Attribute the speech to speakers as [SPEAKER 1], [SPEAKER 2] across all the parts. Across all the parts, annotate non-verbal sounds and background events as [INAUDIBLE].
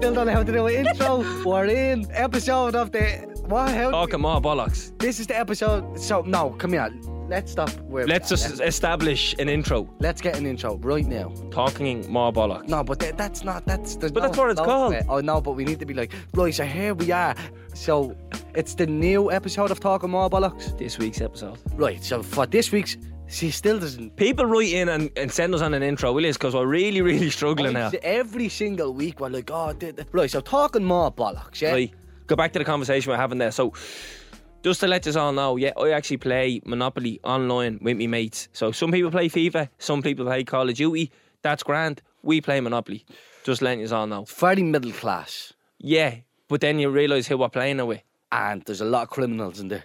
[SPEAKER 1] the intro. We're in episode of the. What? How
[SPEAKER 2] Talking more bollocks.
[SPEAKER 1] This is the episode. So no, come here. Let's stop. Where
[SPEAKER 2] Let's
[SPEAKER 1] we are.
[SPEAKER 2] just establish an intro.
[SPEAKER 1] Let's get an intro right now.
[SPEAKER 2] Talking more bollocks.
[SPEAKER 1] No, but that, that's not. That's there's
[SPEAKER 2] But
[SPEAKER 1] no
[SPEAKER 2] that's what it's
[SPEAKER 1] slope
[SPEAKER 2] called.
[SPEAKER 1] to it. Oh no, but we need to be like, right. So here we are. So it's the new episode of Talking More Bollocks.
[SPEAKER 2] This week's episode.
[SPEAKER 1] Right. So for this week's, she still doesn't.
[SPEAKER 2] People write in and, and send us on an intro, will you? Because we're really, really struggling now.
[SPEAKER 1] Every single week we're like, oh, did the-" right. So talking more bollocks. Yeah.
[SPEAKER 2] Right. Go back to the conversation we're having there. So, just to let us all know, yeah, I actually play Monopoly online with me mates. So some people play FIFA, some people play Call of Duty. That's grand. We play Monopoly. Just letting us all know.
[SPEAKER 1] Very middle class,
[SPEAKER 2] Yeah, but then you realise who we're playing it with.
[SPEAKER 1] and there's a lot of criminals in there.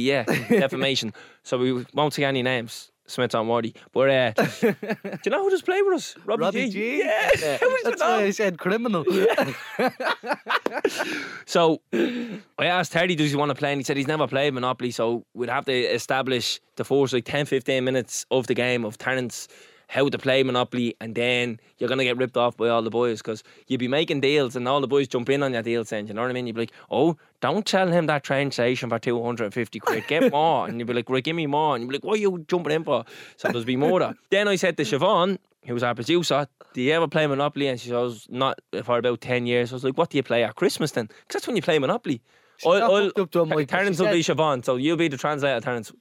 [SPEAKER 1] [LAUGHS]
[SPEAKER 2] yeah, defamation. so we won't take any names. Smith on Wardy. But
[SPEAKER 1] [LAUGHS]
[SPEAKER 2] uh, do you know who just played with us? Robbie,
[SPEAKER 1] Robbie G.
[SPEAKER 2] Oh, Yeah.
[SPEAKER 1] [LAUGHS] Yeah.
[SPEAKER 2] How is it
[SPEAKER 1] That's why
[SPEAKER 2] not?
[SPEAKER 1] I said criminal.
[SPEAKER 2] So I asked Terry, does he want to play? And he said he's never played Monopoly. So we'd have to establish the first like 10, 15 minutes of the game of tenants, how to play Monopoly. And then you're going to get ripped off by all the boys because you'd be making deals and all the boys jump in on your deal saying, you know what I mean? You'd be like, oh, don't tell him that train station for 250 quid.
[SPEAKER 1] [LAUGHS]
[SPEAKER 2] Get more. and you'd be like, right, give me more. And you'd be like, what are you jumping in for? So there's be more. there. Then I said to Siobhan, who was our producer, do you ever play Monopoly? And she goes, not for about 10 years. I was like, what do you play at Christmas then? Because that's when you play Monopoly. I'll,
[SPEAKER 1] not
[SPEAKER 2] I'll,
[SPEAKER 1] hooked up to a mic, but
[SPEAKER 2] Terrence
[SPEAKER 1] she
[SPEAKER 2] will be Siobhan, so you'll be the translator, Terrence.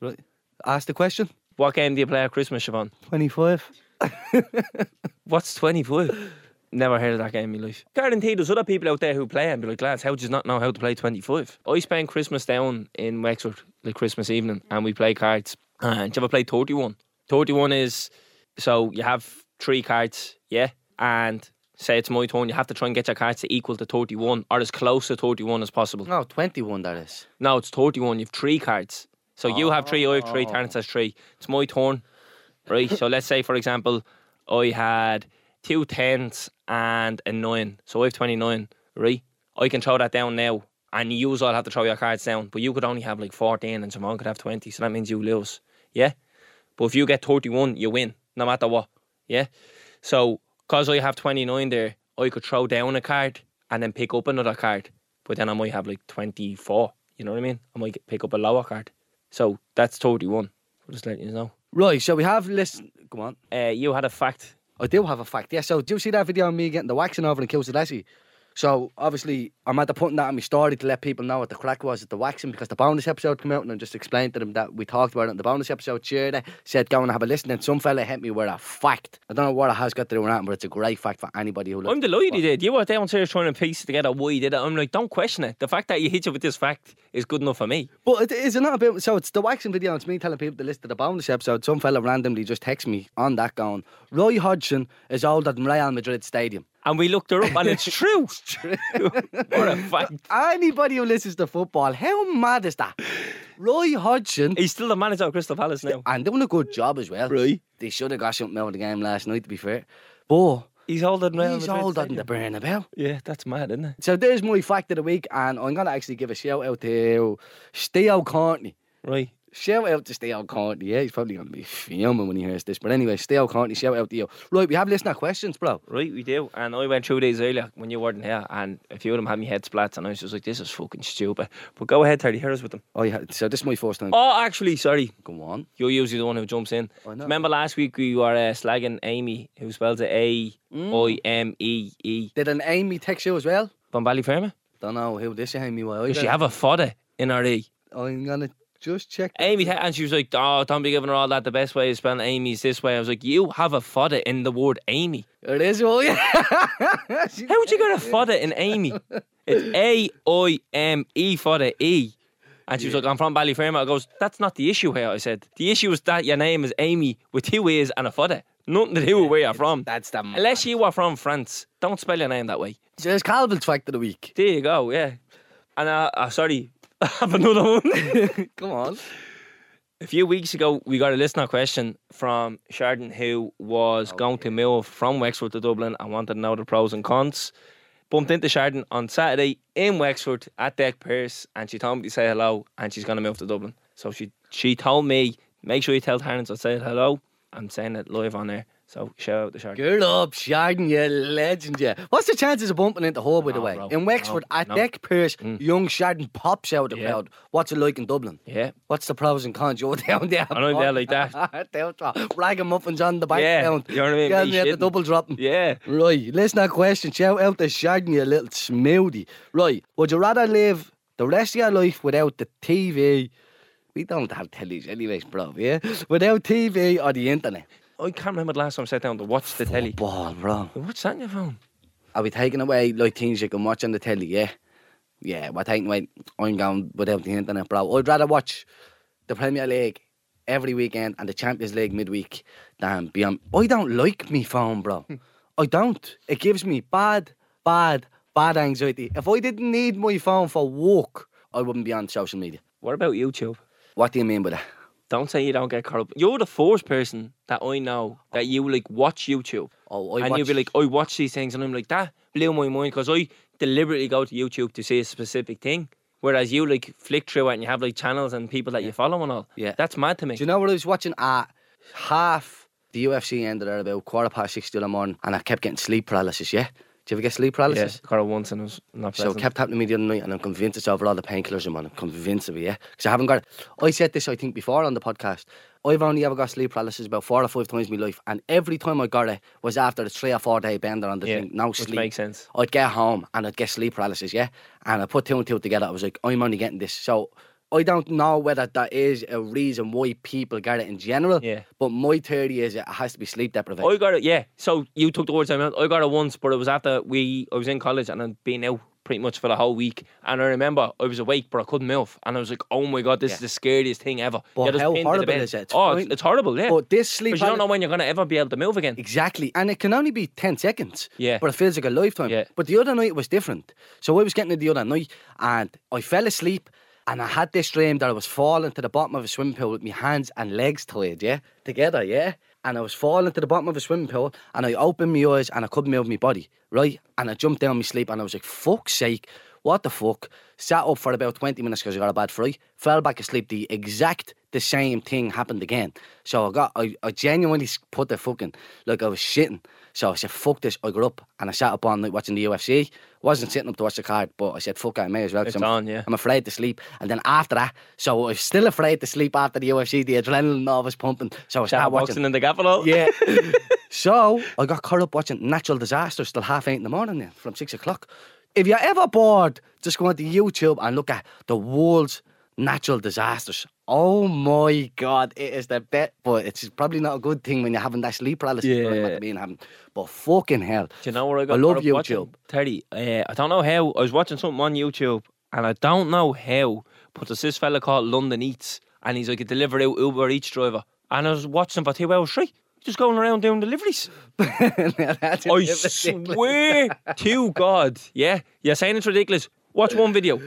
[SPEAKER 1] Ask the question.
[SPEAKER 2] What game do you play at Christmas, Siobhan?
[SPEAKER 1] Twenty-five.
[SPEAKER 2] What's 25? Never heard of that game in my life. Guaranteed there's other people out there who play and be like, lads, how do you not know how to play 25? I spend Christmas down in Wexford, like Christmas evening, and we play cards. [CLEARS THROAT] And do you ever play 31? 31 is, so you have three cards, yeah? And say it's my turn, you have to try and get your cards to equal to 31 or as close to 31 as possible.
[SPEAKER 1] No, twenty-one. That is.
[SPEAKER 2] No, it's 31. You have three cards. So you have three, I have three, Terence has three. It's my turn. Right. so let's say, for example, I had two tens and a nine. So I have 29. Right. I can throw that down now. And you all have to throw your cards down. But you could only have like 14 and someone could have 20. So that means you lose. Yeah. But if you get 31, you win, no matter what. Yeah. So, because I have 29 there, I could throw down a card and then pick up another card. But then I might have like 24. You know what I mean? I might get- pick up a lower card. So, that's 31. I'll just let you know.
[SPEAKER 1] Right. So we have listen. Come on.
[SPEAKER 2] Uh, you had a fact.
[SPEAKER 1] I do have a fact. Yeah, so do you see that video of me getting the waxing over in Kilsadessi? So obviously, I'm at the putting that in my story to let people know what the crack was at the waxing because the bonus episode came out and I just explained to them that we talked about it in the bonus episode. Cheered, it, said go and have a listen. And some fella hit me with a fact. I don't know what it has got to do with that, but it's a great fact for anybody who looks.
[SPEAKER 2] I'm delighted he did. You were downstairs trying to piece together why he did it. I'm like, don't question it. The fact that you hit you with this fact is good enough for me.
[SPEAKER 1] But it is it not a bit. So it's the waxing video. It's me telling people to listen to the bonus episode. Some fella randomly just texts me on that going, Roy Hodgson is older than Real Madrid Stadium.
[SPEAKER 2] And we looked her up and [LAUGHS] it's true. what a fact.
[SPEAKER 1] Anybody who listens to football, how mad is that? Roy Hodgson
[SPEAKER 2] He's still the manager of Crystal Palace now.
[SPEAKER 1] and doing a good job as well.
[SPEAKER 2] Right.
[SPEAKER 1] They should have got something out of the game last night, to be fair. But
[SPEAKER 2] He's older than Real
[SPEAKER 1] he's
[SPEAKER 2] Madrid
[SPEAKER 1] older
[SPEAKER 2] Stadium.
[SPEAKER 1] than the Bernabeu.
[SPEAKER 2] Yeah, that's mad, isn't it?
[SPEAKER 1] So there's my fact of the week, and I'm going to actually give a shout out to Steve O'Cartney.
[SPEAKER 2] Right.
[SPEAKER 1] Shout out to Steve O'Cartney. Yeah, he's probably going to be fuming when he hears this. But anyway, Steve O'Cartney, shout out to you. Right, we have listener questions, bro.
[SPEAKER 2] Right, we do. And I went through these earlier when you weren't here, and a few of them had me head splats, and I was just like, this is fucking stupid. But go ahead, Terry, hit us with them.
[SPEAKER 1] Oh, yeah. So this is my first time.
[SPEAKER 2] Oh, actually, sorry.
[SPEAKER 1] Go on.
[SPEAKER 2] You're usually the one who jumps in.
[SPEAKER 1] I know.
[SPEAKER 2] Remember last week we were uh, slagging Amy, who spells it A I M E E,
[SPEAKER 1] Did an Amy text you as well?
[SPEAKER 2] from Ballyferma?
[SPEAKER 1] Don't know who this Amy was.
[SPEAKER 2] Does she
[SPEAKER 1] either.
[SPEAKER 2] have a fodder in her E?
[SPEAKER 1] I'm going to just check.
[SPEAKER 2] Amy, te- and she was like, oh, don't be giving her all that. The best way is spelling Amy's this way. I was like, you have a fodder in the word Amy.
[SPEAKER 1] It is, oh, yeah. [LAUGHS] She-
[SPEAKER 2] How would you get a fodder in Amy? It's A I M E fodder E. And she was like, I'm from Ballyferma. I goes, That's not the issue here. I said, The issue is that your name is Amy with two A's and a fodder. Nothing to do with where you're from.
[SPEAKER 1] That's the
[SPEAKER 2] Unless you are from France, don't spell your name that way.
[SPEAKER 1] So there's Calvin's fact of the week.
[SPEAKER 2] There you go, yeah. And uh, uh, sorry, [LAUGHS] I have another one.
[SPEAKER 1] Come on.
[SPEAKER 2] a few weeks ago, we got a listener question from Sheridan who was going to move from Wexford to Dublin and wanted to know the pros and cons. Bumped into Sheridan on Saturday in Wexford at Deck Pierce and she told me to say hello and she's going to move to Dublin. So she she told me, make sure you tell Terence I said hello. I'm saying it live on air. So shout out the shark.
[SPEAKER 1] Girl up, Shardon, you legend, yeah. What's the chances of bumping into Hall, by the
[SPEAKER 2] No,
[SPEAKER 1] way?
[SPEAKER 2] bro.
[SPEAKER 1] In Wexford,
[SPEAKER 2] No,
[SPEAKER 1] at
[SPEAKER 2] no. Mm.
[SPEAKER 1] Deck Pierce, young Shardon pops out of the
[SPEAKER 2] Yeah.
[SPEAKER 1] crowd. What's it like in Dublin?
[SPEAKER 2] Yeah.
[SPEAKER 1] What's the pros and cons? [LAUGHS] You're down there.
[SPEAKER 2] I'm not there like
[SPEAKER 1] [LAUGHS]
[SPEAKER 2] that.
[SPEAKER 1] that. Ragamuffins on the bank
[SPEAKER 2] Yeah,
[SPEAKER 1] down.
[SPEAKER 2] you know what I mean?
[SPEAKER 1] Yeah,
[SPEAKER 2] Me
[SPEAKER 1] yeah, the
[SPEAKER 2] shitting.
[SPEAKER 1] double dropping.
[SPEAKER 2] Yeah.
[SPEAKER 1] Right, listen to that question. Shout out to Shaggy, you little smoothie. Right, would you rather live the rest of your life without the TV? We don't have tellies, anyways, bro, yeah? Without TV or the internet? Oh,
[SPEAKER 2] I can't remember the last time I sat down to watch the telly.
[SPEAKER 1] Ball, bro.
[SPEAKER 2] What's that on your phone?
[SPEAKER 1] Are we taking away like things you can watch on the telly, yeah? Yeah, we're taking away. I'm going without the internet, bro. I'd rather watch the Premier League every weekend and the Champions League midweek than be on. I don't like me phone, bro.
[SPEAKER 2] Hmm.
[SPEAKER 1] I don't. It gives me bad, bad, bad anxiety. If I didn't need my phone for work, I wouldn't be on social media.
[SPEAKER 2] What about YouTube?
[SPEAKER 1] What do you mean by that?
[SPEAKER 2] Don't say you don't get caught up. You're the first person that I know that you like watch YouTube.
[SPEAKER 1] Oh, I
[SPEAKER 2] and
[SPEAKER 1] watch,
[SPEAKER 2] you'll be like, I watch these things, and I'm like, that blew my mind because I deliberately go to YouTube to see a specific thing. Whereas you like flick through it and you have like channels and people that you follow and all.
[SPEAKER 1] Yeah.
[SPEAKER 2] That's mad to me.
[SPEAKER 1] Do you know what I was watching at half the UFC ended at about quarter past six the other morning, and I kept getting sleep paralysis. Yeah, do you ever get sleep
[SPEAKER 2] yeah,
[SPEAKER 1] paralysis?
[SPEAKER 2] caught it once and it was not
[SPEAKER 1] So
[SPEAKER 2] pleasant.
[SPEAKER 1] it kept happening to me the other night, and I'm convinced it's over all the painkillers I'm on. I'm convinced of it, yeah. Because I haven't got it. I said this, I think, before on the podcast. I've only ever got sleep paralysis about four or five times in my life, and every time I got it was after a three or four day bender on the
[SPEAKER 2] Yeah,
[SPEAKER 1] thing. No
[SPEAKER 2] which
[SPEAKER 1] sleep.
[SPEAKER 2] makes sense.
[SPEAKER 1] I'd get home and I'd get sleep paralysis, yeah. And I put two and two together. I was like, I'm only getting this. So I don't know whether that is a reason why people get it in general.
[SPEAKER 2] Yeah.
[SPEAKER 1] But my theory is it has to be sleep deprivation.
[SPEAKER 2] I got it. Yeah. So you took the words out of my mouth. I got it once, but it was after we. I was in college and I'd been out pretty much for the whole week. And I remember I was awake, but I couldn't move. And I was like, "Oh my god, this is the scariest thing ever."
[SPEAKER 1] But
[SPEAKER 2] You're just
[SPEAKER 1] how
[SPEAKER 2] pinned to the
[SPEAKER 1] horrible
[SPEAKER 2] bed.
[SPEAKER 1] is it? It's
[SPEAKER 2] oh, it's,
[SPEAKER 1] frightening.
[SPEAKER 2] it's horrible. Yeah.
[SPEAKER 1] But this
[SPEAKER 2] 'Cause
[SPEAKER 1] sleep
[SPEAKER 2] you don't know when you're gonna ever be able to move again.
[SPEAKER 1] Exactly. And it can only be 10 seconds.
[SPEAKER 2] Yeah.
[SPEAKER 1] But it feels like a lifetime.
[SPEAKER 2] Yeah.
[SPEAKER 1] But the other night it was different. So I was getting it the other night and I fell asleep and I had this dream that I was falling to the bottom of a swimming pool with my hands and legs tied, yeah? Together, yeah? And I was falling to the bottom of a swimming pool and I opened my eyes and I couldn't move my body, right? And I jumped down my sleep and I was like, fuck's sake, what the fuck? Sat up for about 20 minutes because I got a bad fright, fell back asleep. The exact the same thing happened again. So I got, I, I genuinely s- put the fucking, like I was shitting. So I said, fuck this. I got up and I sat up all night watching the UFC. Wasn't sitting up to watch the card, but I said, fuck it, I may as well. 'cause
[SPEAKER 2] It's
[SPEAKER 1] I'm,
[SPEAKER 2] on, yeah.
[SPEAKER 1] I'm afraid to sleep. And then after that, so I was still afraid to sleep after the UFC. The adrenaline and all was pumping. So I started
[SPEAKER 2] Start
[SPEAKER 1] watching
[SPEAKER 2] boxing in the gavel.
[SPEAKER 1] yeah.
[SPEAKER 2] [LAUGHS]
[SPEAKER 1] so I got caught up watching Natural Disasters till half eight in the morning then, from six o'clock. If you're ever bored, just go onto YouTube and look at the world's natural disasters. Oh my God, it is the best, but it's probably not a good thing when you're having that sleep paralysis. Yeah.
[SPEAKER 2] Yeah.
[SPEAKER 1] Like being having, but fucking hell.
[SPEAKER 2] Do you know where I got?
[SPEAKER 1] love
[SPEAKER 2] caught up watching?
[SPEAKER 1] YouTube.
[SPEAKER 2] Terry. Uh, I don't know how. I was watching something on YouTube, and I don't know how, but there's this fella called London Eats, and he's like a delivery Uber Eats driver, and I was watching him for two hours straight. Just going around
[SPEAKER 1] [LAUGHS]
[SPEAKER 2] doing deliveries.
[SPEAKER 1] [LAUGHS] That's
[SPEAKER 2] I
[SPEAKER 1] ridiculous.
[SPEAKER 2] swear to God, yeah, you're saying it's ridiculous. Watch one video.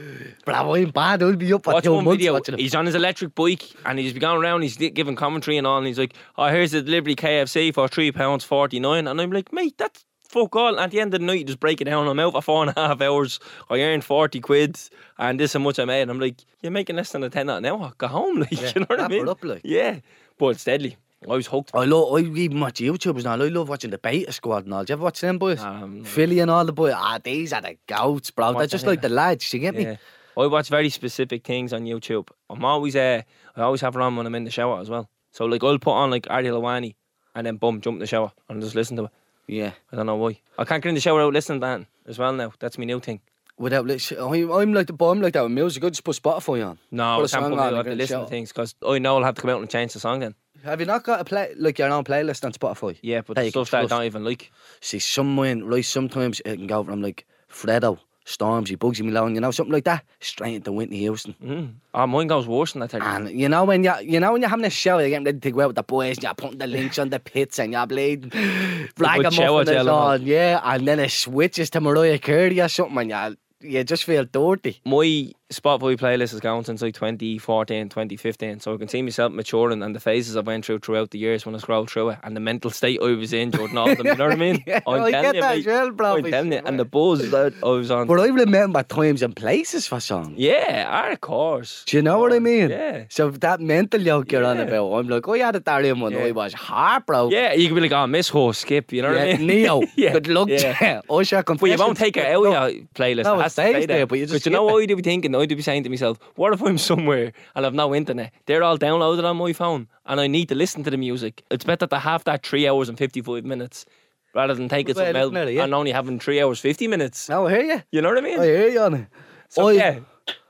[SPEAKER 1] Bro, I'm bad. I'll be up for
[SPEAKER 2] Watch
[SPEAKER 1] two
[SPEAKER 2] one
[SPEAKER 1] months
[SPEAKER 2] video.
[SPEAKER 1] watching it.
[SPEAKER 2] He's on his electric bike and he's going around. He's giving commentary and all. And he's like, "Oh, here's the delivery KFC for three pounds forty nine. And I'm like, "Mate, that's fuck all." At the end of the night, you just break it down. I'm out for four and a half hours. I earned forty quid, and this is how much I made. I'm like, "You're making less than a ten an hour. Go home, [LAUGHS] like, you know what I
[SPEAKER 1] wrap it
[SPEAKER 2] mean?"
[SPEAKER 1] up, like.
[SPEAKER 2] Yeah, but it's deadly. I was hooked.
[SPEAKER 1] I love, I even watch YouTubers now. I love watching the Beta Squad and all. Do you ever watch them boys?
[SPEAKER 2] Um,
[SPEAKER 1] Philly and all the boys. Ah, these are the goats, bro. They're
[SPEAKER 2] What the
[SPEAKER 1] just like the lads. You get me?
[SPEAKER 2] Yeah. I watch very specific things on YouTube. I'm always uh, I always have it on when I'm in the shower as well. So like I'll put on like Ari Lawani and then boom, jump in the shower and just listen to it.
[SPEAKER 1] Yeah.
[SPEAKER 2] I don't know why. I can't get in the shower without listening to that as well now. That's my new thing.
[SPEAKER 1] Without, lit- sh- I'm, I'm like the bomb like that with music. I just put Spotify on. Put
[SPEAKER 2] No, I
[SPEAKER 1] a
[SPEAKER 2] can't
[SPEAKER 1] song
[SPEAKER 2] put
[SPEAKER 1] on
[SPEAKER 2] I
[SPEAKER 1] and
[SPEAKER 2] have
[SPEAKER 1] get
[SPEAKER 2] to
[SPEAKER 1] in the
[SPEAKER 2] listen to
[SPEAKER 1] shower.
[SPEAKER 2] things because I know I'll have to come out and change the song then.
[SPEAKER 1] Have you not got a play like your own playlist on Spotify?
[SPEAKER 2] Yeah, but
[SPEAKER 1] That
[SPEAKER 2] the
[SPEAKER 1] you can
[SPEAKER 2] stuff that I
[SPEAKER 1] trust.
[SPEAKER 2] don't even like.
[SPEAKER 1] See, someone right sometimes it can go from like Fredo, Stormzy, Bugsy Malone, you know, something like that, straight into Whitney Houston.
[SPEAKER 2] Mm. Oh, mine goes worse than that. Terry.
[SPEAKER 1] And you know when you you know when you're having a shower, you're getting ready to go out with the boys, and you're putting the links on the pits, and you're bleeding.
[SPEAKER 2] shower
[SPEAKER 1] Ragamuffin is
[SPEAKER 2] gel and all.
[SPEAKER 1] on, yeah, and then it switches to Mariah Carey or something, and you're you just feel dirty.
[SPEAKER 2] my Spotify playlist is going since like 2014, 2015. So I can see myself maturing and the phases I went through throughout the years when I scrolled through it and the mental state I was in during all of them. You know what I [LAUGHS] mean?
[SPEAKER 1] Yeah,
[SPEAKER 2] I'm
[SPEAKER 1] I
[SPEAKER 2] telling
[SPEAKER 1] get
[SPEAKER 2] you,
[SPEAKER 1] that
[SPEAKER 2] mate.
[SPEAKER 1] as well, bro.
[SPEAKER 2] I'm telling you. And the buzz that I was on.
[SPEAKER 1] But I remember times and places for songs.
[SPEAKER 2] Yeah, of course.
[SPEAKER 1] Do you know what I mean?
[SPEAKER 2] Yeah.
[SPEAKER 1] So that mental yoke you're on
[SPEAKER 2] Yeah.
[SPEAKER 1] about, I'm like, "Oh, I had a Darian one.
[SPEAKER 2] Yeah.
[SPEAKER 1] I was heartbroken.
[SPEAKER 2] Yeah, you can be like, oh, miss horse, skip. You know what I
[SPEAKER 1] Yeah,
[SPEAKER 2] mean?
[SPEAKER 1] Neo.
[SPEAKER 2] [LAUGHS] Yeah,
[SPEAKER 1] Good luck. [LAUGHS]
[SPEAKER 2] yeah.
[SPEAKER 1] Yeah. Usher
[SPEAKER 2] But you
[SPEAKER 1] Confessions.
[SPEAKER 2] won't take it out of your playlist.
[SPEAKER 1] No,
[SPEAKER 2] it
[SPEAKER 1] it
[SPEAKER 2] has to
[SPEAKER 1] stays
[SPEAKER 2] stay
[SPEAKER 1] there, but you just
[SPEAKER 2] you know
[SPEAKER 1] skip
[SPEAKER 2] what I'd be thinking? I'd be saying to myself, what if I'm somewhere and I've no internet? They're all downloaded on my phone and I need to listen to the music. It's better to have that three hours and 55 minutes rather than taking
[SPEAKER 1] Well,
[SPEAKER 2] something else
[SPEAKER 1] definitely, yeah.
[SPEAKER 2] and only having three hours, 50 minutes.
[SPEAKER 1] No, I hear you.
[SPEAKER 2] You know what I
[SPEAKER 1] I
[SPEAKER 2] mean?
[SPEAKER 1] hear you on it.
[SPEAKER 2] So,
[SPEAKER 1] I,
[SPEAKER 2] yeah,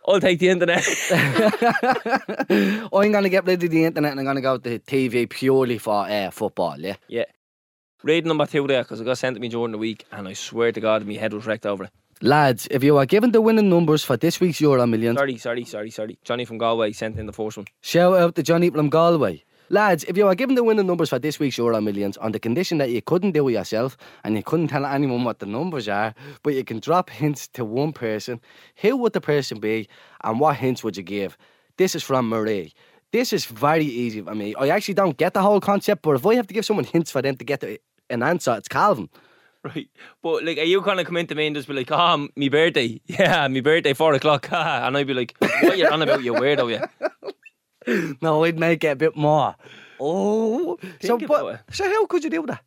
[SPEAKER 2] I'll take the internet. [LAUGHS]
[SPEAKER 1] [LAUGHS] I'm going to get rid of the internet and I'm going to go to TV purely for uh, football, yeah?
[SPEAKER 2] yeah. Raid number two there because I got sent to me during the week and I swear to God, my head was wrecked over it.
[SPEAKER 1] Lads, if you are given the winning numbers for this week's Euro Millions,
[SPEAKER 2] Sorry, sorry, sorry, sorry. Johnny from Galway sent in the first one.
[SPEAKER 1] Shout out to Johnny from Galway. Lads, if you were given the winning numbers for this week's Euro Millions on the condition that you couldn't do it yourself and you couldn't tell anyone what the numbers are, but you can drop hints to one person, who would the person be and what hints would you give? This is from Marie. This is very easy for me. I actually don't get the whole concept, but if I have to give someone hints for them to get the- an answer, it's Calvin.
[SPEAKER 2] [LAUGHS] Right. But like, are you gonna come into me and just be like, "Ah, oh, me birthday, [LAUGHS] yeah, me birthday, four o'clock," [LAUGHS] ah," and I'd be like, "What you on about, you weirdo, yeah?"
[SPEAKER 1] No, I'd make it a bit more. [LAUGHS] Oh, so,
[SPEAKER 2] Think
[SPEAKER 1] but,
[SPEAKER 2] about
[SPEAKER 1] so how could you do that?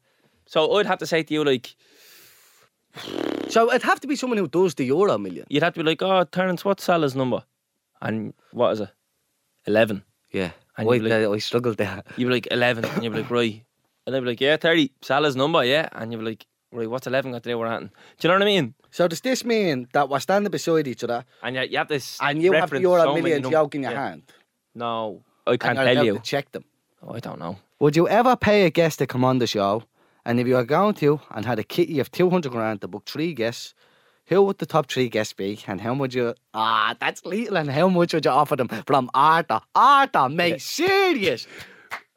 [SPEAKER 2] So I'd have to say to you like,
[SPEAKER 1] So it'd have to be someone who does the Euro Million.
[SPEAKER 2] you'd have to be like, "Oh, Terence, what's Salah's number?" And what is it? Eleven.
[SPEAKER 1] Yeah,
[SPEAKER 2] And you'd be
[SPEAKER 1] I, I struggled there.
[SPEAKER 2] You'd be like eleven, and you'd be like, "Right," and they'd be like, "Yeah, thirty, Salah's number, yeah," and you'd be like, "Right, what's eleven got to do with Anton?" Do you know what I mean?
[SPEAKER 1] So does this mean that we're standing beside each other
[SPEAKER 2] And you, you have this.
[SPEAKER 1] and you have
[SPEAKER 2] reference
[SPEAKER 1] your
[SPEAKER 2] so many
[SPEAKER 1] million
[SPEAKER 2] num-
[SPEAKER 1] joke in your
[SPEAKER 2] yeah.
[SPEAKER 1] hand?
[SPEAKER 2] No, I
[SPEAKER 1] and
[SPEAKER 2] can't
[SPEAKER 1] you're
[SPEAKER 2] tell
[SPEAKER 1] allowed
[SPEAKER 2] you.
[SPEAKER 1] To check them.
[SPEAKER 2] Oh, I don't know.
[SPEAKER 1] Would you ever pay a guest to come on the show? And if you were going to and had a kitty of 200 grand to book three guests, who would the top three guests be? And how much you. Ah, that's lethal. And how much would you offer them from Arthur? Arthur, mate, serious.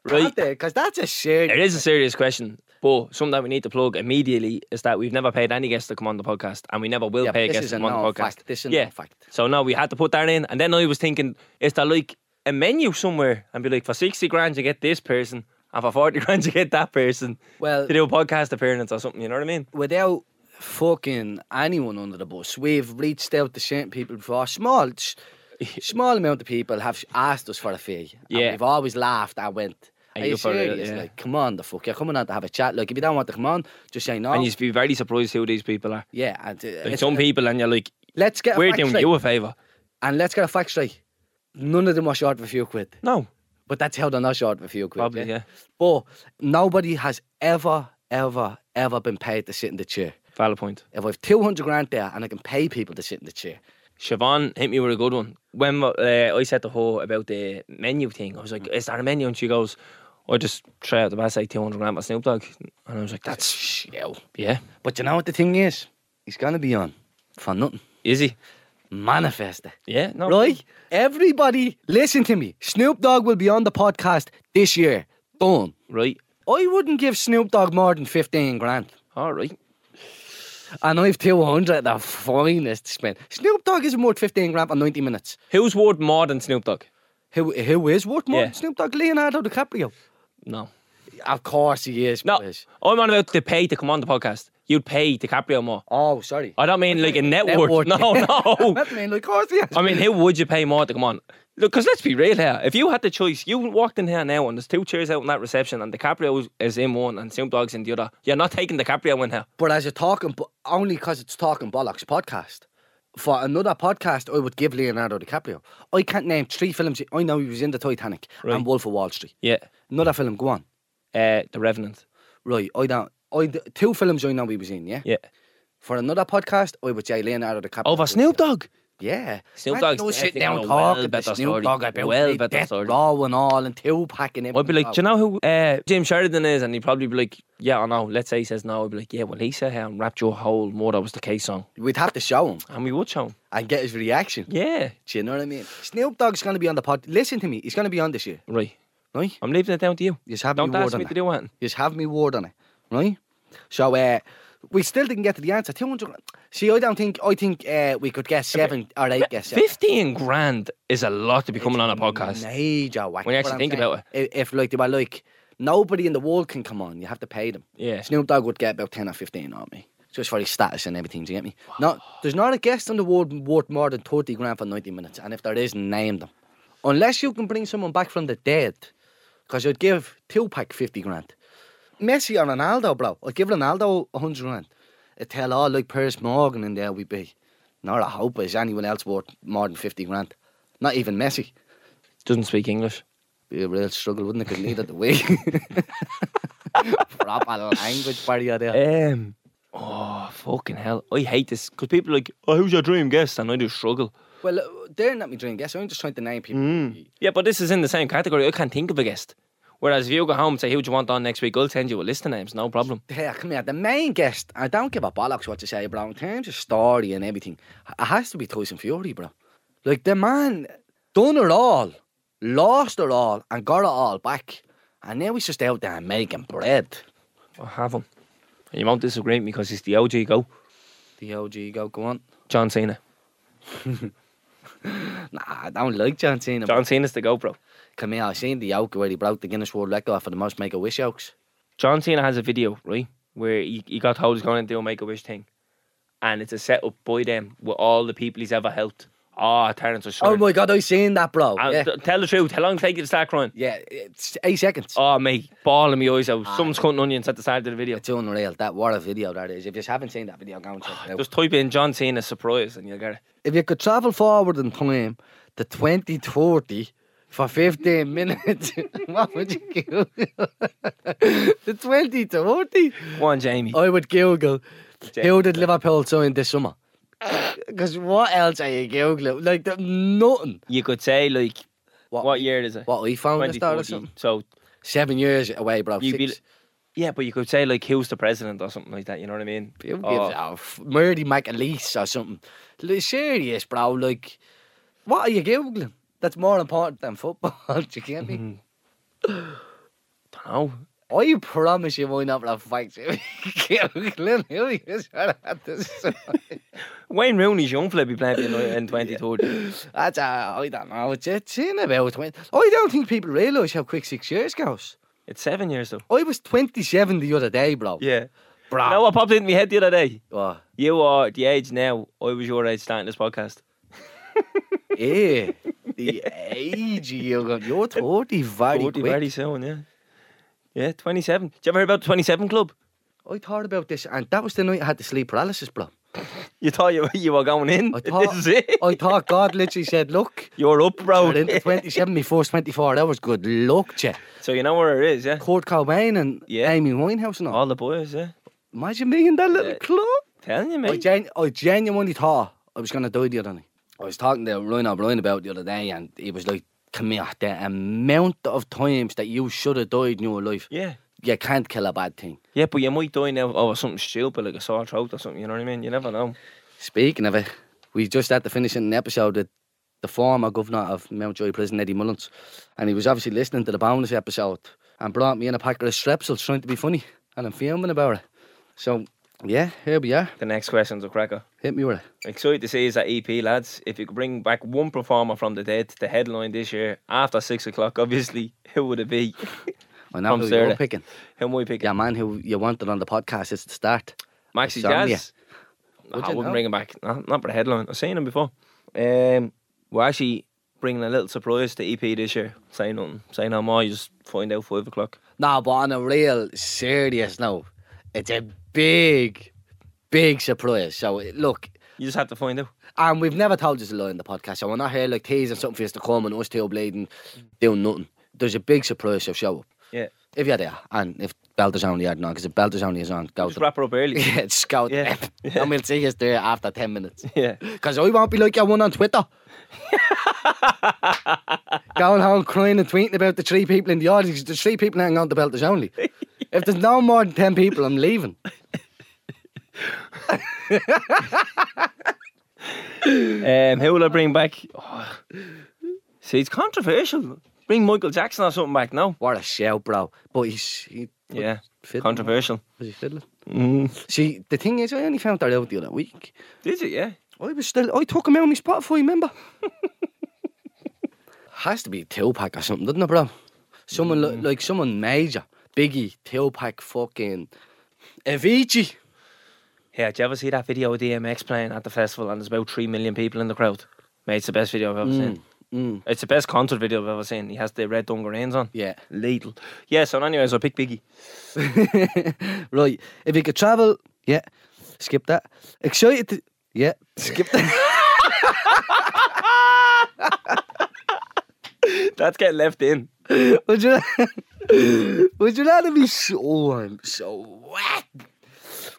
[SPEAKER 2] Right.
[SPEAKER 1] Because that's a serious.
[SPEAKER 2] It is a serious question, but something that we need to plug immediately is that we've never paid any guests to come on the podcast, and we never will
[SPEAKER 1] Yeah,
[SPEAKER 2] pay a
[SPEAKER 1] this
[SPEAKER 2] guest
[SPEAKER 1] is
[SPEAKER 2] to
[SPEAKER 1] a
[SPEAKER 2] come on
[SPEAKER 1] known
[SPEAKER 2] the podcast.
[SPEAKER 1] fact. This is a
[SPEAKER 2] yeah.
[SPEAKER 1] known fact.
[SPEAKER 2] So no, we had to put that in, and then I was thinking, is there like a menu somewhere, and be like, for sixty grand you get this person, and for forty [LAUGHS] grand you get that person
[SPEAKER 1] Well-
[SPEAKER 2] to do a podcast appearance or something. You know what I mean?
[SPEAKER 1] without fucking anyone under the bus, we've reached out to certain people before. Small,
[SPEAKER 2] [LAUGHS]
[SPEAKER 1] s- small amount of people have asked us for a fee.
[SPEAKER 2] Yeah.
[SPEAKER 1] and we've always laughed. I went.
[SPEAKER 2] Are
[SPEAKER 1] Are you
[SPEAKER 2] you for real?"
[SPEAKER 1] serious?
[SPEAKER 2] Yeah.
[SPEAKER 1] Like, come on, the fuck! You're coming on to have a chat. Like, if you don't want to come on, just say no.
[SPEAKER 2] And you'd be very surprised who these people are.
[SPEAKER 1] yeah, and uh,
[SPEAKER 2] Like
[SPEAKER 1] it's-
[SPEAKER 2] some people, and you're like,
[SPEAKER 1] let's get a
[SPEAKER 2] we're
[SPEAKER 1] fact
[SPEAKER 2] doing
[SPEAKER 1] straight.
[SPEAKER 2] you a favour.
[SPEAKER 1] and let's get a fact straight. None of them are short of a few quid,
[SPEAKER 2] No,
[SPEAKER 1] but that's how they're not short of a few quid.
[SPEAKER 2] probably yeah.
[SPEAKER 1] But nobody has ever, ever, ever been paid to sit in the chair.
[SPEAKER 2] Valid point.
[SPEAKER 1] If I've two hundred grand there and I can pay people to sit in the chair,
[SPEAKER 2] Siobhan hit me with a good one. When uh, I said to her about the menu thing, I was
[SPEAKER 1] Mm.
[SPEAKER 2] like, is there a menu? And she goes, I just try out the best, like 200 grand by Snoop Dogg. And I was like, that's,
[SPEAKER 1] Shell.
[SPEAKER 2] yeah,
[SPEAKER 1] But you know what the thing is? He's gonna be on for nothing.
[SPEAKER 2] easy.
[SPEAKER 1] Manifest it.
[SPEAKER 2] Yeah, no.
[SPEAKER 1] Right? Everybody, listen to me. Snoop Dogg will be on the podcast this year. Boom.
[SPEAKER 2] Right.
[SPEAKER 1] I wouldn't give Snoop Dogg more than 15 grand.
[SPEAKER 2] All right.
[SPEAKER 1] And I've 200, the finest spin. Snoop Dogg isn't worth 15 grand for 90 minutes.
[SPEAKER 2] Who's worth more than Snoop Dogg?
[SPEAKER 1] Who, who is worth more
[SPEAKER 2] Yeah.
[SPEAKER 1] than Snoop Dogg? Leonardo DiCaprio.
[SPEAKER 2] No.
[SPEAKER 1] Of course he is.
[SPEAKER 2] No.
[SPEAKER 1] boys.
[SPEAKER 2] I'm on about to pay to come on the podcast. You'd pay DiCaprio more.
[SPEAKER 1] Oh, sorry.
[SPEAKER 2] I don't
[SPEAKER 1] [LAUGHS]
[SPEAKER 2] mean like a net
[SPEAKER 1] Net
[SPEAKER 2] worth.
[SPEAKER 1] worth.
[SPEAKER 2] [LAUGHS]
[SPEAKER 1] [LAUGHS]
[SPEAKER 2] No, no.
[SPEAKER 1] That man, of course he is.
[SPEAKER 2] I mean, who would you pay more to come on? Look, because let's be real here. If you had the choice, you walked in here now and there's two chairs out in that reception and DiCaprio is- is in one and Snoop Dogg's in the other. You're not taking DiCaprio in here.
[SPEAKER 1] But as a talking, bo- only because it's talking bollocks podcast. For another podcast, I would give Leonardo DiCaprio. I can't name three films. I know he was in the Titanic
[SPEAKER 2] Right.
[SPEAKER 1] and Wolf of Wall Street.
[SPEAKER 2] Yeah.
[SPEAKER 1] Another film, go on.
[SPEAKER 2] Uh, the Revenant.
[SPEAKER 1] Right, I don't. I d- two films I know he was in. Yeah.
[SPEAKER 2] Yeah.
[SPEAKER 1] For another podcast, I would say Leonardo DiCaprio.
[SPEAKER 2] Over Snoop Dogg.
[SPEAKER 1] Yeah.
[SPEAKER 2] Snoop
[SPEAKER 1] Man,
[SPEAKER 2] Dogg's
[SPEAKER 1] no sit
[SPEAKER 2] definitely
[SPEAKER 1] down
[SPEAKER 2] got a
[SPEAKER 1] talk
[SPEAKER 2] well
[SPEAKER 1] to
[SPEAKER 2] better
[SPEAKER 1] Snoop
[SPEAKER 2] story.
[SPEAKER 1] Dogg about
[SPEAKER 2] Well
[SPEAKER 1] the
[SPEAKER 2] better
[SPEAKER 1] Death
[SPEAKER 2] story.
[SPEAKER 1] Row and all and two packing
[SPEAKER 2] I'd be like, do you know who uh, Jim Sheridan is? And he'd probably be like, yeah, I know. Let's say he says no. I'd be like, yeah, well, he said how and wrapped your whole murder was the case song.
[SPEAKER 1] We'd have to show him
[SPEAKER 2] And we would show him.
[SPEAKER 1] and get his reaction.
[SPEAKER 2] Yeah.
[SPEAKER 1] Do you know what I mean? Snoop Dogg's going to be on the pod. Listen to me. He's going to be on this year,
[SPEAKER 2] Right.
[SPEAKER 1] right?
[SPEAKER 2] I'm leaving it down to you.
[SPEAKER 1] Just have
[SPEAKER 2] Don't
[SPEAKER 1] me word
[SPEAKER 2] ask
[SPEAKER 1] on
[SPEAKER 2] me
[SPEAKER 1] that.
[SPEAKER 2] to do anything.
[SPEAKER 1] Just have me word on it, right? So, uh, we still didn't get to the answer. Two hundred. See, I don't think I think uh, we could get seven or eight guesses.
[SPEAKER 2] Fifteen grand is a lot to be coming on a podcast.
[SPEAKER 1] Major whack.
[SPEAKER 2] When you actually
[SPEAKER 1] What I'm
[SPEAKER 2] think
[SPEAKER 1] saying,
[SPEAKER 2] about
[SPEAKER 1] i- if like they were like nobody in the world can come on, you have to pay them.
[SPEAKER 2] Yeah.
[SPEAKER 1] Snoop Dogg would get about ten or fifteen on me. Just for his status and everything, do you get me? Not, there's not a guest in the world worth more than 30 grand for 90 minutes, and if there is, name them. Unless you can bring someone back from the dead, because you'd give Tupac 50 grand. Messi or Ronaldo, bro. I'd give Ronaldo 100 grand. It'd tell all like Piers Morgan and there we be. Nor I hope is anyone else worth more than 50 grand. Not even Messi
[SPEAKER 2] Doesn't speak English.
[SPEAKER 1] be a real struggle, wouldn't it? Because neither do we. [LAUGHS] Proper language barrier there.
[SPEAKER 2] Um. Oh fucking hell! I hate this because people are like, "Oh, who's your dream guest?" and I do struggle.
[SPEAKER 1] Well, uh, they're not my dream guess. I'm just trying to name people.
[SPEAKER 2] Yeah, but this is in the same category. I can't think of a guest. Whereas if you go home and say, "Who do you want on next week?" I'll send you a list of names, no problem.
[SPEAKER 1] Hey, come here. The main guest, I don't give a bollocks what you say, bro. In terms of story and everything, it has to be Tyson Fury, bro. Like, the man done it all, lost it all, and got it all back. And now he's just out there making bread.
[SPEAKER 2] I have him, and you won't disagree with me because he's the OG. Go,
[SPEAKER 1] The OG go, go on.
[SPEAKER 2] John Cena.
[SPEAKER 1] Nah, I don't like John Cena. bro.
[SPEAKER 2] John Cena's the go, bro.
[SPEAKER 1] Come here, I seen the yoke where he broke the Guinness World Record for the most make-a-wish yokes.
[SPEAKER 2] John Cena has a video, right, where he, he got told he's going to do a make a wish thing, and it's a setup by them with all the people he's ever helped. Ah, Terrence was
[SPEAKER 1] Oh
[SPEAKER 2] sure.
[SPEAKER 1] my god, I seen that, bro. yeah.
[SPEAKER 2] tell Uh, the truth. How long did it take you to start crying?
[SPEAKER 1] yeah, it's eight seconds.
[SPEAKER 2] Oh, mate, ball in my eyes out. Someone's cutting onions at the side of the video.
[SPEAKER 1] Ah. It's unreal. That what a video that is. If you haven't seen that video, go and check it out.
[SPEAKER 2] Just type in John Cena surprise and you'll get it.
[SPEAKER 1] If you could travel forward in time to 2030 for 15 [LAUGHS] minutes, what would you Google? [LAUGHS] the 2030?
[SPEAKER 2] Go on, Jamie.
[SPEAKER 1] I would Google
[SPEAKER 2] Jack-
[SPEAKER 1] who did Liverpool sign this
[SPEAKER 2] [LAUGHS]
[SPEAKER 1] summer? Because what else are you Googling? Like, the- nothing.
[SPEAKER 2] You could say, like,
[SPEAKER 1] What-
[SPEAKER 2] what, year is it?
[SPEAKER 1] What, we found this that or
[SPEAKER 2] 2040.
[SPEAKER 1] something?
[SPEAKER 2] So
[SPEAKER 1] Seven years away, bro.
[SPEAKER 2] you'd be.
[SPEAKER 1] Six.
[SPEAKER 2] li- Yeah, but you could say, like, who's the president or something like that. You know what I mean?
[SPEAKER 1] Who gives
[SPEAKER 2] Oh,
[SPEAKER 1] a f- Murdy McAleese or something? Like, serious, bro. Like, what are you googling? That's more important than football. [LAUGHS] Do you get
[SPEAKER 2] Mm-hmm.
[SPEAKER 1] me?
[SPEAKER 2] dunno.
[SPEAKER 1] I promise you, won't have a fact. if you [LAUGHS] googling who he is at this time.
[SPEAKER 2] Wayne Rooney's young fella be playing for
[SPEAKER 1] [LAUGHS]
[SPEAKER 2] United in 2030.
[SPEAKER 1] That's uh, I don't know. It's, it's in about twenty. I don't think people realise how quick six years goes.
[SPEAKER 2] It's seven years, though.
[SPEAKER 1] I was twenty-seven the other day, bro. Oh,
[SPEAKER 2] Yeah.
[SPEAKER 1] bro.
[SPEAKER 2] You know what popped into my head the other day?
[SPEAKER 1] What?
[SPEAKER 2] You are the age now. I was your age starting this podcast.
[SPEAKER 1] yeah. The age you got. You're thirty very
[SPEAKER 2] Forty
[SPEAKER 1] quick.
[SPEAKER 2] very soon, yeah. Yeah, 27. Did you ever hear about the 27 Club?
[SPEAKER 1] I thought about this, and that was the night I had the sleep paralysis, bro.
[SPEAKER 2] You thought you, [LAUGHS] you were going in.
[SPEAKER 1] I thought,
[SPEAKER 2] this is it.
[SPEAKER 1] I thought God literally said, "Look,
[SPEAKER 2] [LAUGHS] You're up, bro.
[SPEAKER 1] we're into 27, my first 24 hours. Good luck, Che."
[SPEAKER 2] [LAUGHS] So you know where it is, yeah?
[SPEAKER 1] Kurt Cobain and
[SPEAKER 2] Yeah.
[SPEAKER 1] Amy Winehouse and all.
[SPEAKER 2] All the boys, yeah.
[SPEAKER 1] Imagine me in that little
[SPEAKER 2] Yeah.
[SPEAKER 1] club.
[SPEAKER 2] Telling you,
[SPEAKER 1] I,
[SPEAKER 2] mate.
[SPEAKER 1] gen- I genuinely thought I was gonna die the other night. I was talking to Ryan O'Brien about it the other day, and he was like, "Come here, the amount of times that you should have died in your life,
[SPEAKER 2] Yeah.
[SPEAKER 1] you can't kill a bad thing."
[SPEAKER 2] Yeah, but you might die now over something stupid like a sore throat or something, you know what I mean? You never know.
[SPEAKER 1] Speaking of it, we just had to finish an episode with the former governor of Mountjoy Prison, Eddie Mullins, and he was obviously listening to the bonus episode and brought me in a packet of strepsils trying to be funny, and I'm fuming about it. So, yeah, here we are.
[SPEAKER 2] The next question's a cracker.
[SPEAKER 1] Hit me with it.
[SPEAKER 2] Excited to see is that EP, lads. If you could bring back one performer from the dead, the headline this year, after six o'clock, obviously, [LAUGHS] who would it be?
[SPEAKER 1] I know
[SPEAKER 2] From
[SPEAKER 1] who
[SPEAKER 2] Sarah.
[SPEAKER 1] you're picking.
[SPEAKER 2] who am I picking?
[SPEAKER 1] Yeah, man, who you wanted on the podcast is the start.
[SPEAKER 2] Maxi
[SPEAKER 1] Insomnia.
[SPEAKER 2] Jazz. Nah,
[SPEAKER 1] Would
[SPEAKER 2] I
[SPEAKER 1] you
[SPEAKER 2] wouldn't
[SPEAKER 1] know?
[SPEAKER 2] bring him back. Nah, not for the headline. I've seen him before. Um, we're actually bringing a little surprise to EP this year. Say nothing. Say no more. You just find out five o'clock.
[SPEAKER 1] No, but on a real serious note, it's a big, big surprise. So, look,
[SPEAKER 2] You just have to find out.
[SPEAKER 1] And we've never told us a lie in the podcast, so we're not here like teasing something for us to come and us two bleeding, doing nothing. There's a big surprise, so show up.
[SPEAKER 2] Yeah.
[SPEAKER 1] If you're there, and if Belter's only are not, because if Belter's only is on, go
[SPEAKER 2] Just
[SPEAKER 1] to [LAUGHS]
[SPEAKER 2] wrap her up early.
[SPEAKER 1] yeah, just go to
[SPEAKER 2] [LAUGHS] Yeah.
[SPEAKER 1] them. And we'll see you there after 10 minutes.
[SPEAKER 2] [LAUGHS] yeah.
[SPEAKER 1] Because I won't be like your one on
[SPEAKER 2] [LAUGHS]
[SPEAKER 1] Twitter. Going home crying and tweeting about the three people in the audience. There's three people hanging on to Belter's
[SPEAKER 2] [LAUGHS]
[SPEAKER 1] only. If there's no more than 10 people, I'm leaving.
[SPEAKER 2] Um, who will I bring back? Oh. See, it's controversial. Bring Michael Jackson or something back. No.
[SPEAKER 1] What a shout, bro. But he's, he
[SPEAKER 2] Yeah,
[SPEAKER 1] Fiddling,
[SPEAKER 2] controversial.
[SPEAKER 1] Was he fiddling?
[SPEAKER 2] Mm.
[SPEAKER 1] See, the thing is, I only found that out the other week.
[SPEAKER 2] Did it? Yeah.
[SPEAKER 1] I was still, I took him out on my Spotify, remember? [LAUGHS] Has to be Tupac or something, doesn't it, bro? Someone li- like someone major, Biggie, Tupac, fucking Avicii. [LAUGHS]
[SPEAKER 2] Yeah, did you ever see that video of DMX playing at the festival and there's about 3 million people in the crowd? Mate, it's the best video I've ever seen.
[SPEAKER 1] Mm,
[SPEAKER 2] It's the best concert video I've ever seen. He has the red dungarees on.
[SPEAKER 1] yeah.
[SPEAKER 2] Ladle. Yeah, so anyways, I picked Biggie. [LAUGHS]
[SPEAKER 1] right. If you could travel, yeah. Skip that. Excited, to, yeah. Skip that. [LAUGHS]
[SPEAKER 2] That's getting left in.
[SPEAKER 1] would you? [LAUGHS] would you rather be so? I'm so wet.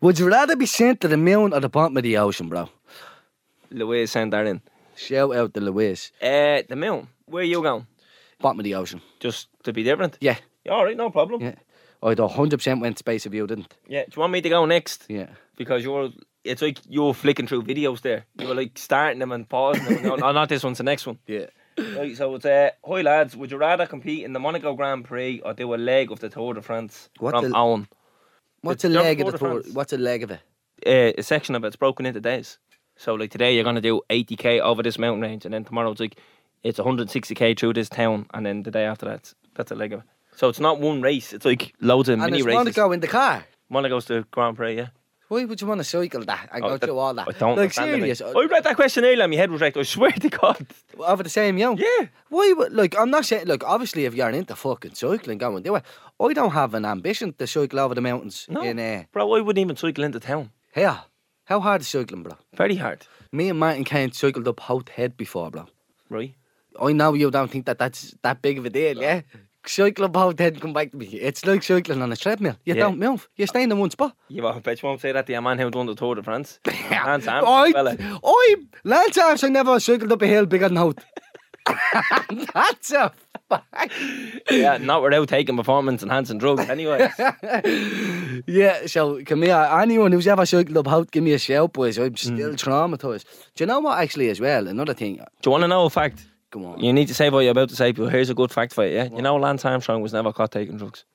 [SPEAKER 1] Would you rather be sent to the moon or the bottom of the ocean, bro?
[SPEAKER 2] Louise sent that in.
[SPEAKER 1] Shout out to Lewis.
[SPEAKER 2] Uh, the mill. Where you going?
[SPEAKER 1] Bottom of the ocean.
[SPEAKER 2] Just to be different?
[SPEAKER 1] Yeah.
[SPEAKER 2] Yeah, all right, no problem. Yeah.
[SPEAKER 1] Yeah. I'd 100% went space if you didn't.
[SPEAKER 2] Do you want me to go next?
[SPEAKER 1] Yeah.
[SPEAKER 2] Because you're, it's like you're flicking through videos there. You were like starting them and pausing them. no, no, not this one's the next one.
[SPEAKER 1] Yeah.
[SPEAKER 2] Right, so it's uh, hi lads. Would you rather compete in the Monaco Grand Prix or do a leg of the Tour de France
[SPEAKER 1] What
[SPEAKER 2] from
[SPEAKER 1] the-
[SPEAKER 2] Owen?
[SPEAKER 1] What's a
[SPEAKER 2] It's down
[SPEAKER 1] leg of the
[SPEAKER 2] Tour de
[SPEAKER 1] tour?
[SPEAKER 2] France.
[SPEAKER 1] What's a leg of it?
[SPEAKER 2] Uh, a section of it's broken into days. So like today you're gonna do 80k over this mountain range, and then tomorrow it's like it's 160k through this town, and then the day after that that's a leg of it. So it's not one race. It's like loads of
[SPEAKER 1] And
[SPEAKER 2] mini
[SPEAKER 1] it's
[SPEAKER 2] races.
[SPEAKER 1] want to go in the car.
[SPEAKER 2] Monaco's the Grand Prix, yeah.
[SPEAKER 1] Why would you want to cycle that and
[SPEAKER 2] Oh,
[SPEAKER 1] go
[SPEAKER 2] that-
[SPEAKER 1] through all that?
[SPEAKER 2] I don't
[SPEAKER 1] like,
[SPEAKER 2] understand it, mate.
[SPEAKER 1] serious.
[SPEAKER 2] I read that question earlier, and my head was wrecked. I [LAUGHS] swear to God.
[SPEAKER 1] Over the same young.
[SPEAKER 2] Yeah.
[SPEAKER 1] Why would like I'm not saying like obviously if you're into fucking cycling go and do it. I don't have an ambition to cycle over the mountains
[SPEAKER 2] No.
[SPEAKER 1] in uh
[SPEAKER 2] Bro, I wouldn't even cycle into town.
[SPEAKER 1] here. How hard is cycling, bro?
[SPEAKER 2] Very hard,
[SPEAKER 1] Me and Martin Kane cycled up Hout Head before, bro.
[SPEAKER 2] right?
[SPEAKER 1] I know you don't think that that's that big of a deal, yeah? Cycle up Hout Head and come back to me. It's like cycling on a treadmill. You
[SPEAKER 2] Yeah.
[SPEAKER 1] don't move. You're staying in one spot.
[SPEAKER 2] You won't, bet you won't say that to a man who won the Tour de France. Lance Armstrong, fella.
[SPEAKER 1] I, I, Lance Armstrong never cycled up a hill bigger than Hout. [LAUGHS] that's a fact.
[SPEAKER 2] yeah, not without taking performance enhancing drugs anyway.
[SPEAKER 1] Yeah, so come here. Anyone who's ever cycled up out, give me a shout, boys. I'm still traumatized. Do you know what, actually, as well? Another thing.
[SPEAKER 2] Do you want to know a fact?
[SPEAKER 1] Come on.
[SPEAKER 2] You need to say what you're about to say, but here's a good fact for you. Yeah? You know, Lance Armstrong was never caught taking drugs.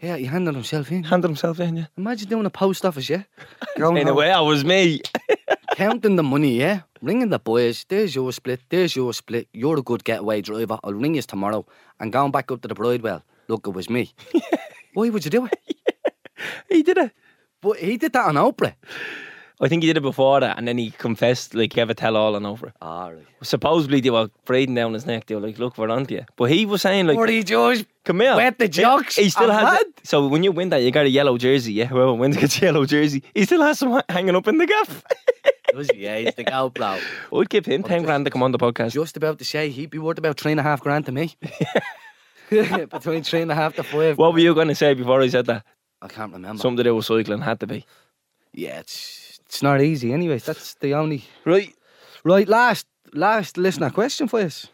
[SPEAKER 1] Yeah, he handled himself in.
[SPEAKER 2] Handed himself in, yeah.
[SPEAKER 1] Imagine doing a post office, yeah? Going
[SPEAKER 2] In a
[SPEAKER 1] home,
[SPEAKER 2] way, I was me. [LAUGHS]
[SPEAKER 1] Counting the money, yeah? Ringing the boys. There's your split. There's your split. You're a good getaway driver. I'll ring you tomorrow. And going back up to the bridewell. Look, it was [LAUGHS] me. Why would you do it?
[SPEAKER 2] he did it.
[SPEAKER 1] But he did that on Oprah.
[SPEAKER 2] I think he did it before that, and then he confessed, like, he ever tell all and over. it.
[SPEAKER 1] All Ah, right.
[SPEAKER 2] Supposedly, they were breathing down his neck. They were like, look, we're onto you. But he was saying, like,
[SPEAKER 1] What are you doing?
[SPEAKER 2] come here.
[SPEAKER 1] Wet the jocks.
[SPEAKER 2] He still
[SPEAKER 1] I'm
[SPEAKER 2] has.
[SPEAKER 1] [LAUGHS] mad.
[SPEAKER 2] So when you win that, you got a yellow jersey. Yeah, whoever wins gets a yellow jersey. He still has some ha- hanging up in the [LAUGHS] gaff.
[SPEAKER 1] Yeah, he's the go, bro.
[SPEAKER 2] I'd give him ten grand to come on the
[SPEAKER 1] [LAUGHS]
[SPEAKER 2] podcast.
[SPEAKER 1] just about to say he'd be worth about three and a half grand to [LAUGHS] me. Between three and a half to five.
[SPEAKER 2] [LAUGHS] What were you going to say before I said that?
[SPEAKER 1] I can't remember.
[SPEAKER 2] Something to do with cycling had to be.
[SPEAKER 1] yeah, it's it's not easy. Anyways, that's the only
[SPEAKER 2] Right.
[SPEAKER 1] right. Last last listener question for us.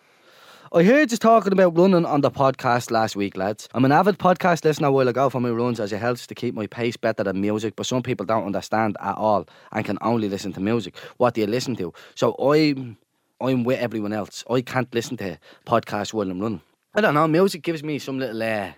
[SPEAKER 1] I heard you talking about running on the podcast last week, lads. I'm an avid podcast listener a while ago for my runs as it helps to keep my pace better than music, but some people don't understand at all and can only listen to music. What do you listen to? So I'm I'm with everyone else. I can't listen to podcasts while I'm running. I don't know, music gives me some little uh,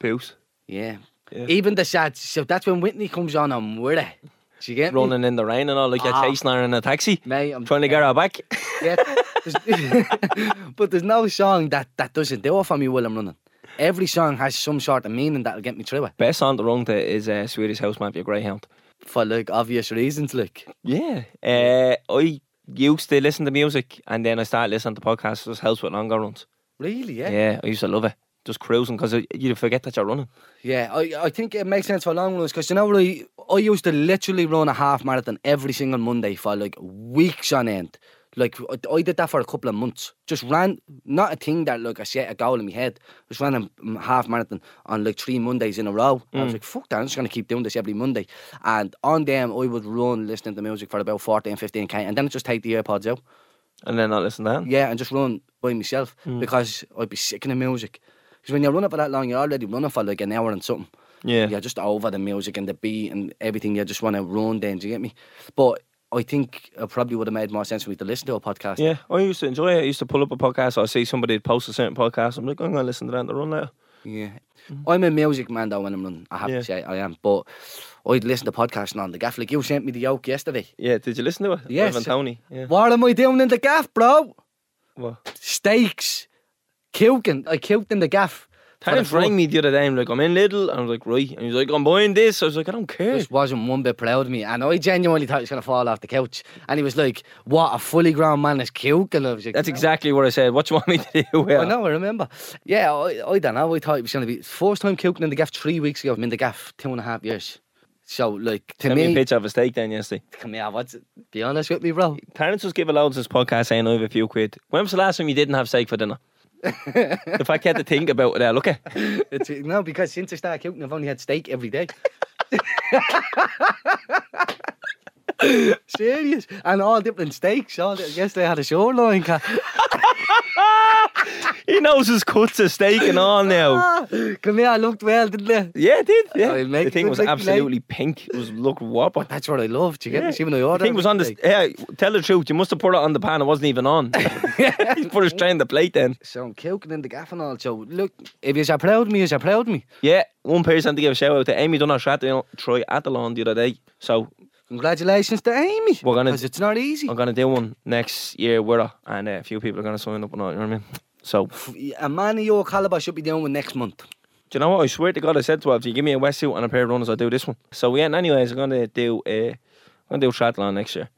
[SPEAKER 2] Boost.
[SPEAKER 1] yeah.
[SPEAKER 2] Yeah.
[SPEAKER 1] Even the sad so that's when Whitney comes on I'm with it. Do you get me?
[SPEAKER 2] [LAUGHS] Running in the rain and all, like
[SPEAKER 1] Ah.
[SPEAKER 2] you're chasing her in a taxi,
[SPEAKER 1] Mate, I'm
[SPEAKER 2] trying to get her back.
[SPEAKER 1] um,
[SPEAKER 2] [LAUGHS]
[SPEAKER 1] Yeah. There's- [LAUGHS] but there's no song that, that doesn't do it for me while I'm running. Every song has some sort of meaning that'll get me through it
[SPEAKER 2] Best song to run to is uh, Swedish House Mafia Greyhound.
[SPEAKER 1] for like obvious reasons. Like,
[SPEAKER 2] Yeah. Uh, I used to listen to music and then I started listening to podcasts. It just helps with longer runs.
[SPEAKER 1] really, yeah,
[SPEAKER 2] Yeah, I used to love it. Just cruising because you forget that you're running.
[SPEAKER 1] yeah. I, I think it makes sense for long runs because you know what I, I used to literally run a half marathon every single Monday for like weeks on end. Like I, I did that for a couple of months. Just ran, not a thing that like I set a goal in my head. Just ran a m- half marathon on like three Mondays in a row. I was like, fuck that, I'm just gonna keep doing this every Monday. And on them, I would run listening to music for about 14, 15 k, and then I'd just take the AirPods out.
[SPEAKER 2] And then I listen to that.
[SPEAKER 1] Yeah, and just run by myself because I'd be sick of the music. Because when you're running for that long, you're already running for like an hour and something.
[SPEAKER 2] Yeah.
[SPEAKER 1] You're just over the music and the beat and everything. You just want to run then, do you get me? But I think it probably would have made more sense for me to listen to a podcast.
[SPEAKER 2] Yeah, I used to enjoy it. I used to pull up a podcast or see somebody post a certain podcast. I'm like, I'm going to listen to that on the run later.
[SPEAKER 1] Yeah. Mm-hmm. I'm a music man though when I'm running. I have
[SPEAKER 2] Yeah.
[SPEAKER 1] to say I am. But I'd listen to podcasts and on the gaff. Like you sent me the yoke yesterday.
[SPEAKER 2] Yeah, did you listen to it?
[SPEAKER 1] Yes.
[SPEAKER 2] Ivan Tony. Yeah.
[SPEAKER 1] What am I doing in the gaff, bro?
[SPEAKER 2] What?
[SPEAKER 1] Steaks. Kilking. I kilked in the gaff. for the
[SPEAKER 2] Terence
[SPEAKER 1] fuck.
[SPEAKER 2] rang me the other day. I'm like, I'm in Lidl. And I was like, right. And he's like, I'm buying this. I was like, I don't care.
[SPEAKER 1] Just wasn't one bit proud of me, and I genuinely thought he was gonna fall off the couch. And he was like, "What a fully grown man is cute," and I was like,
[SPEAKER 2] That's
[SPEAKER 1] "No."
[SPEAKER 2] exactly what I said. What you want me to do? Well,
[SPEAKER 1] I know, I remember. Yeah, I, I don't know. I thought it was going to be first time cooking in the gaff three weeks ago. I'm in the gaff two and a half years. So, like, to
[SPEAKER 2] Send me a
[SPEAKER 1] me,
[SPEAKER 2] picture of a steak then yesterday.
[SPEAKER 1] come here, what's it? Be honest with me, bro.
[SPEAKER 2] Terence was giving loads of this podcast saying I have a few quid. When was the last time you didn't have steak
[SPEAKER 1] [LAUGHS]
[SPEAKER 2] for dinner? if I had to think about it, I look at
[SPEAKER 1] It's, no, because since I started cooking, I've only had steak every day. [LAUGHS] Serious. And all different steaks. All di- yesterday I had a shoreline cat.
[SPEAKER 2] he knows his cuts of steak and all
[SPEAKER 1] [LAUGHS]
[SPEAKER 2] now.
[SPEAKER 1] Ah, Come here, I looked well, didn't I?
[SPEAKER 2] Yeah, it did. Yeah,
[SPEAKER 1] I'll make
[SPEAKER 2] the thing
[SPEAKER 1] it
[SPEAKER 2] was
[SPEAKER 1] look like-
[SPEAKER 2] absolutely pink. It was look whopper.
[SPEAKER 1] That's what I loved. You get
[SPEAKER 2] Yeah.
[SPEAKER 1] this? Even though I
[SPEAKER 2] The
[SPEAKER 1] ordered
[SPEAKER 2] thing was on the
[SPEAKER 1] everything.
[SPEAKER 2] yeah. Tell the truth, you must have put it on the pan. It wasn't even [LAUGHS] on. he put it straight on the plate then.
[SPEAKER 1] So I'm cooking in the gaff and all. So, look, if you're proud of me, you're proud of me.
[SPEAKER 2] Yeah, one person to give a shout out to Amy done her triathlon, triathlon the other day. So
[SPEAKER 1] Congratulations to Amy.
[SPEAKER 2] We're gonna-
[SPEAKER 1] because it's not easy.
[SPEAKER 2] I'm gonna do one next year with her, and uh, a few people are gonna sign up and all. You know what I mean? So do
[SPEAKER 1] A man of your caliber should be doing one next month.
[SPEAKER 2] you know what? I swear to God, I said to her, if you give me a wetsuit and a pair of runners, I'll do this one. So yeah, and anyways, I'm gonna do uh, I'm gonna do triathlon next year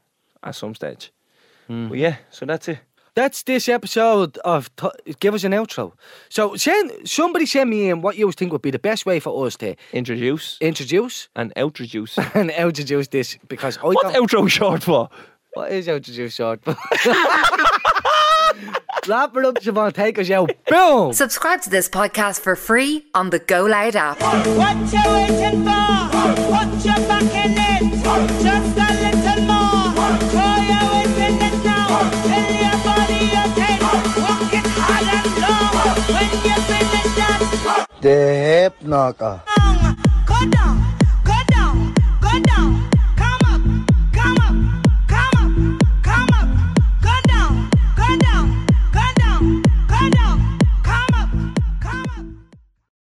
[SPEAKER 2] at some stage. But yeah, so that's it.
[SPEAKER 1] That's this episode of t- give us an outro. So send somebody send me in what you think would be the best way for us to
[SPEAKER 2] Introduce
[SPEAKER 1] introduce
[SPEAKER 2] and [LAUGHS] outroduce.
[SPEAKER 1] and outroduce this because I
[SPEAKER 2] What's
[SPEAKER 1] don't.
[SPEAKER 2] outro short for?
[SPEAKER 1] what is outroduce [LAUGHS] short? Wrap it up, Siobhan. Take us out. Boom.
[SPEAKER 3] Subscribe to this podcast for free on the Go Loud app.
[SPEAKER 4] What you waiting for? Put your back in it. Just a little more. Throw your weight in it now. Fill your body up in. Walk it hard and long. When you finish that
[SPEAKER 5] The hip knocker.
[SPEAKER 4] song, go down, go down, go down,